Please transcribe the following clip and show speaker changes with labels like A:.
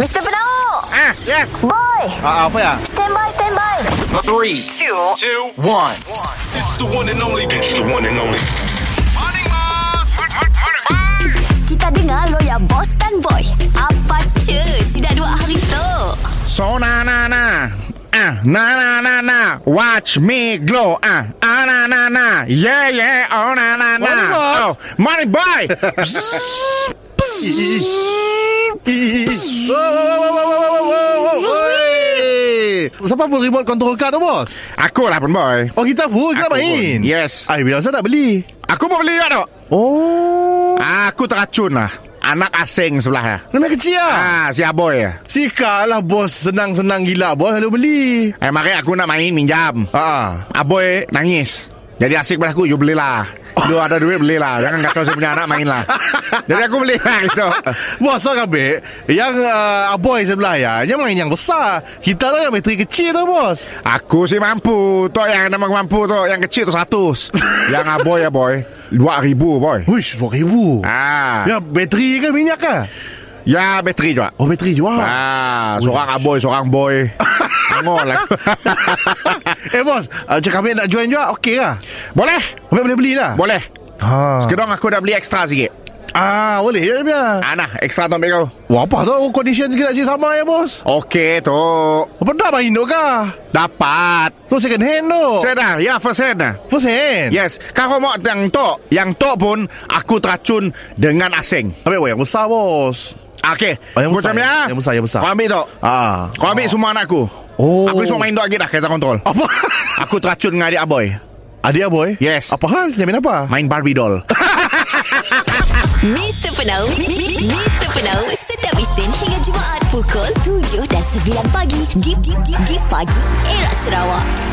A: Mr. Penau
B: Ah, yes.
A: Boy
B: Ah, apa ya?
A: Stand by, stand by
C: Three,
A: Two
C: two, one.
D: It's the one and only. It's the one and only.
A: Kita dengar lo ya Boss dan Boy Apa cu Si dah dua hari tu
B: So na na na. Ah, na na na na. Watch me glow. Ah, ah na na na. Yeah yeah. Oh na na na.
E: Morning, boss.
B: Oh, money boy.
E: Wow, wow, wow, wow, wow, wow, wow, wow. Wey. Siapa pun remote control car tu bos
B: Aku lah pun boy.
E: Oh kita full Kita
B: Aku
E: main
B: pun, yes.
E: Ay, Bila saya tak beli
B: Aku pun beli juga tu.
E: Oh
B: Aku teracun lah. Anak asing sebelah ya.
E: Nama kecil lah
B: Ah, si Aboy ya.
E: Sika lah bos Senang-senang gila bos Lalu beli
B: Eh, makanya aku nak main minjam.
E: Ah,
B: Aboy nangis. Jadi asik pada aku, you belilah. Lu ada duit belilah. Jangan kacau saya punya anak mainlah. Jadi aku belilah gitu.
E: Bos so kabeh Yang uh, aboy sebelah ya Yang main yang besar Kita lah yang bateri kecil tu bos
B: Aku sih mampu. Tok yang nama aku mampu tok yang kecil tu 100. yang aboy ya boy. 2000 boy.
E: Wish 2000
B: Ah.
E: Ya bateri ke minyak ke
B: Ya bateri juga.
E: Oh bateri jual
B: Ah, seorang aboy, seorang boy. Angol lah.
E: Eh bos uh, Cakap nak join juga Okey lah
B: Boleh?
E: Abang boleh beli lah
B: Boleh.
E: ha.
B: Kedong aku dah beli ekstra sikit.
E: Ah, boleh je dia.
B: Ah, nah, ekstra tu ambil kau.
E: Wah, apa tu condition kita sih sama ya, bos?
B: Okey tu.
E: Apa dah main tu kah?
B: Dapat.
E: Tu second hand tu.
B: Saya dah, ya first hand dah.
E: First hand.
B: Yes, kau mau yang tok. Yang tok pun aku teracun dengan asing.
E: Ambil weh oh, yang besar, bos.
B: Okey.
E: Oh, yang besar,
B: Macam ya?
E: yang besar, yang besar.
B: Kau ambil tok.
E: Ah.
B: Kau ambil semua anak aku.
E: Oh.
B: Aku ni semua main tok lagi dah kereta kontrol.
E: Apa?
B: Aku teracun dengan adik aboy.
E: Adik aboy?
B: Yes.
E: Apa hal? Jamin apa?
B: Main Barbie doll.
A: Mr. Penau Mr. Penau Setiap Isnin hingga Jumaat Pukul 7 dan 9 pagi Di, di, di, di pagi Era Sarawak